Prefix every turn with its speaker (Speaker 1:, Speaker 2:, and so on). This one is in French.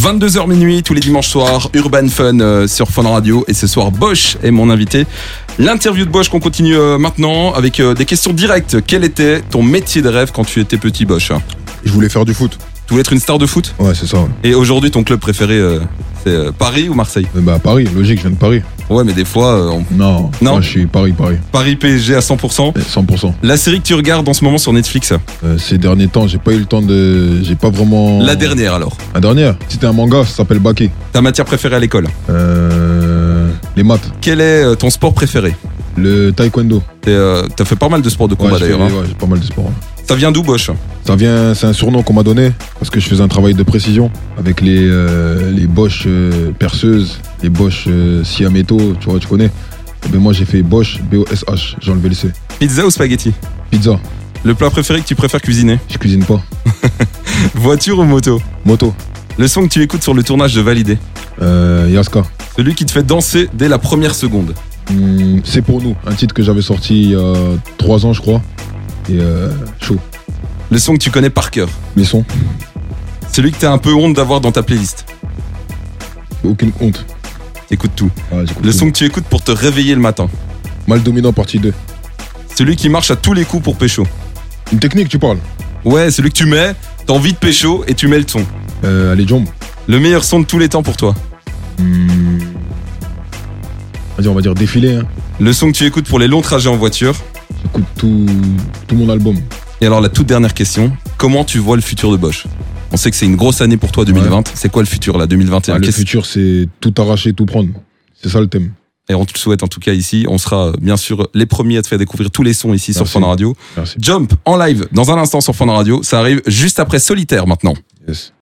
Speaker 1: 22h minuit tous les dimanches soirs, Urban Fun euh, sur Fun Radio. Et ce soir, Bosch est mon invité. L'interview de Bosch qu'on continue euh, maintenant avec euh, des questions directes. Quel était ton métier de rêve quand tu étais petit, Bosch
Speaker 2: Je voulais faire du foot.
Speaker 1: Tu voulais être une star de foot
Speaker 2: Ouais, c'est ça.
Speaker 1: Et aujourd'hui, ton club préféré, euh, c'est euh, Paris ou Marseille
Speaker 2: Mais bah, Paris, logique, je viens de Paris.
Speaker 1: Ouais, mais des fois, euh, on-
Speaker 2: Non,
Speaker 1: Non.
Speaker 2: moi, je suis Paris, Paris.
Speaker 1: Paris PSG à 100%.
Speaker 2: Eh, 100%.
Speaker 1: La série que tu regardes en ce moment sur Netflix,
Speaker 2: Euh, ces derniers temps, j'ai pas eu le temps de. J'ai pas vraiment.
Speaker 1: la dernière alors.
Speaker 2: La dernière. C'était un manga, ça s'appelle Baké.
Speaker 1: Ta matière préférée à l'école.
Speaker 2: Euh, Les maths.
Speaker 1: Quel est euh, ton sport préféré
Speaker 2: Le taekwondo.
Speaker 1: Et, euh, T'as fait pas mal de sports de combat
Speaker 2: j'ai fait-
Speaker 1: d'ailleurs. hein.
Speaker 2: ouais, j'ai pas mal de sport.
Speaker 1: Ça vient d'où, Bosch
Speaker 2: Ça vient, c'est un surnom qu'on m'a donné parce que je faisais un travail de précision avec les, euh, les boches euh, perceuses, les boches euh, siameto, tu vois, tu connais. Et ben moi j'ai fait boche, B-O-S-H, j'ai enlevé le C.
Speaker 1: Pizza ou spaghetti
Speaker 2: Pizza,
Speaker 1: Le plat préféré que tu préfères cuisiner
Speaker 2: je cuisine pas.
Speaker 1: Voiture ou moto
Speaker 2: Moto,
Speaker 1: Le son que tu écoutes sur le tournage de Validé
Speaker 2: euh, Yaska.
Speaker 1: Celui qui te fait danser dès la première seconde.
Speaker 2: Hmm, c'est pour nous, un titre que j'avais sorti il y a 3 ans, je crois. Et euh, chaud.
Speaker 1: Le son que tu connais par cœur.
Speaker 2: Les sons,
Speaker 1: Celui que t'as un peu honte d'avoir dans ta playlist.
Speaker 2: aucune honte.
Speaker 1: T'écoutes tout.
Speaker 2: Ah, j'écoute
Speaker 1: Le
Speaker 2: tout.
Speaker 1: son que tu écoutes pour te réveiller le matin.
Speaker 2: Mal dominant partie 2.
Speaker 1: Celui qui marche à tous les coups pour pécho.
Speaker 2: Une technique, tu parles
Speaker 1: Ouais, celui que tu mets, t'as envie de pécho et tu mets le son.
Speaker 2: euh, Allez, jump.
Speaker 1: Le meilleur son de tous les temps pour toi.
Speaker 2: Hmm. Vas-y, on va dire défilé. Hein.
Speaker 1: Le son que tu écoutes pour les longs trajets en voiture.
Speaker 2: J'écoute tout, tout mon album.
Speaker 1: Et alors la toute dernière question, comment tu vois le futur de Bosch On sait que c'est une grosse année pour toi 2020. C'est quoi le futur là 2021
Speaker 2: Ah, le
Speaker 1: Qu'est-ce-
Speaker 2: futur, c'est tout arracher, tout prendre. C'est ça le thème.
Speaker 1: Et on te le souhaite en tout cas ici. On sera euh, bien sûr les premiers à te faire découvrir tous les sons ici sur
Speaker 2: Merci.
Speaker 1: Fun Radio.
Speaker 2: Merci.
Speaker 1: Jump en live dans un instant sur Fun Radio. Ça arrive juste après Solitaire maintenant.
Speaker 2: Yes.